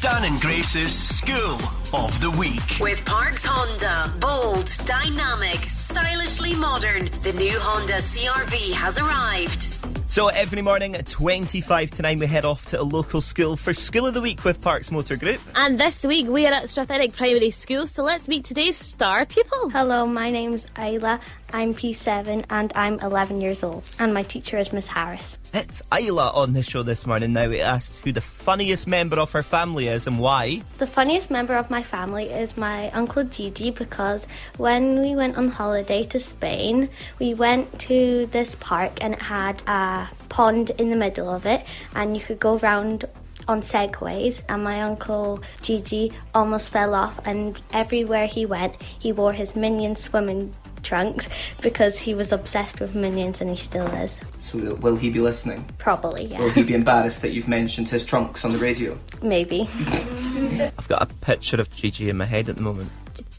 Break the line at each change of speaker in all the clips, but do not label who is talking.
Dan and Grace's School of the Week.
With Parks Honda, bold, dynamic, stylishly modern, the new Honda CRV has arrived.
So every morning at 25 to 9, we head off to a local school for School of the Week with Parks Motor Group.
And this week we are at Strathenic Primary School, so let's meet today's star pupil.
Hello, my name's Ayla. I'm P7 and I'm 11 years old. And my teacher is Miss Harris.
It's Isla on the show this morning. Now we asked who the funniest member of her family is and why.
The funniest member of my family is my uncle Gigi because when we went on holiday to Spain, we went to this park and it had a pond in the middle of it, and you could go round on segways and my uncle Gigi almost fell off and everywhere he went he wore his minion swimming trunks because he was obsessed with minions and he still is
So will- will he be listening?
probably yeah
Will he be embarrassed that you've mentioned his trunks on the radio?
maybe
I've got a picture of Gigi in my head at the moment.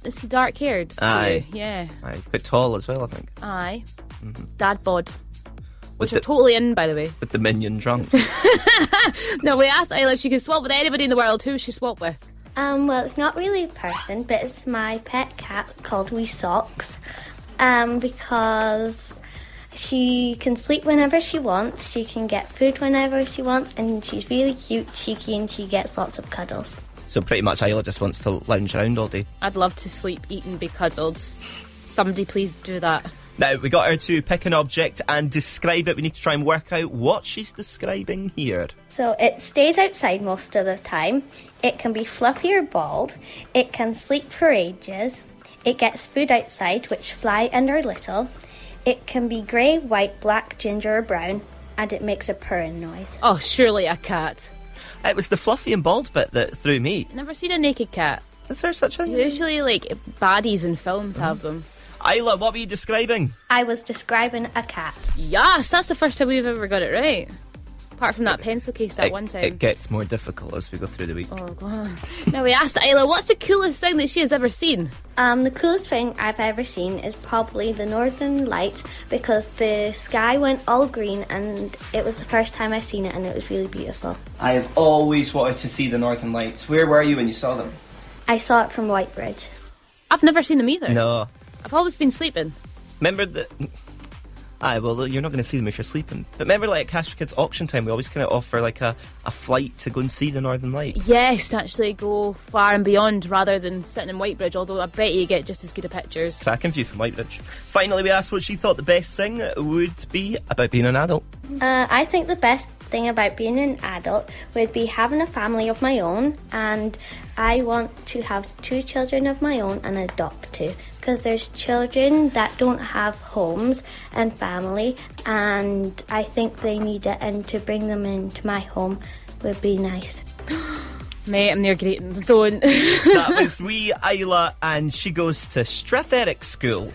Is he dark haired?
Aye.
Yeah.
Ah, he's quite tall as well, I think.
Aye. Dad bod.
With
Which
Mm-hmm. the,
are totally in, by the way.
with the minion trunks.
No, we asked Isla if she could swap with anybody in the world. Who would she swap with?
um well it's not really a person but it's my pet cat called wee socks um because she can sleep whenever she wants she can get food whenever she wants and she's really cute cheeky and she gets lots of cuddles
so pretty much Isla just wants to lounge around all day.
I'd love to sleep, eat, and be cuddled. Somebody please do that.
Now we got her to pick an object and describe it. We need to try and work out what she's describing here.
So it stays outside most of the time. It can be fluffy or bald. It can sleep for ages. It gets food outside, which fly and are little. It can be grey, white, black, ginger, or brown, and it makes a purring noise.
Oh, surely a cat.
It was the fluffy and bald bit that threw me.
Never seen a naked cat.
Is there such a thing?
Usually, like, baddies in films
Mm-hmm.
have them.
Isla, what were you describing?
I was describing a cat.
Yes, that's the first time we've ever got it right. Apart from that pencil case that
it,
one time.
it gets more difficult as we go through the week.
Oh, God. Now we asked Isla, what's the coolest thing that she has ever seen?
Um, the coolest thing I've ever seen is probably the Northern Lights because the sky went all green and it was the first time I seen it and it was really beautiful.
I have always wanted to see the Northern Lights. Where were you when you saw them?
I saw it from Whitebridge.
I've never seen them either.
No,
I've always been sleeping.
remember the. Aye, well, you're not going to see them if you're sleeping. But remember, like at Cash for Kids auction time, we always kind of offer like a, a flight to go and see the Northern Lights.
Yes, to actually go far and beyond rather than sitting in Whitebridge, although I bet you get just as good a pictures.
Cracking view from Whitebridge. Finally, we asked what she thought the best thing would be about being an adult.
Uh, I think the best thing about being an adult would be having a family of my own, and I want to have two children of my own and adopt two because there's children that don't have homes and family, and I think they need it, and to bring them into my home would be nice.
Mate, I'm near great. Don't.
that was wee Isla, and she goes to Stratheric School.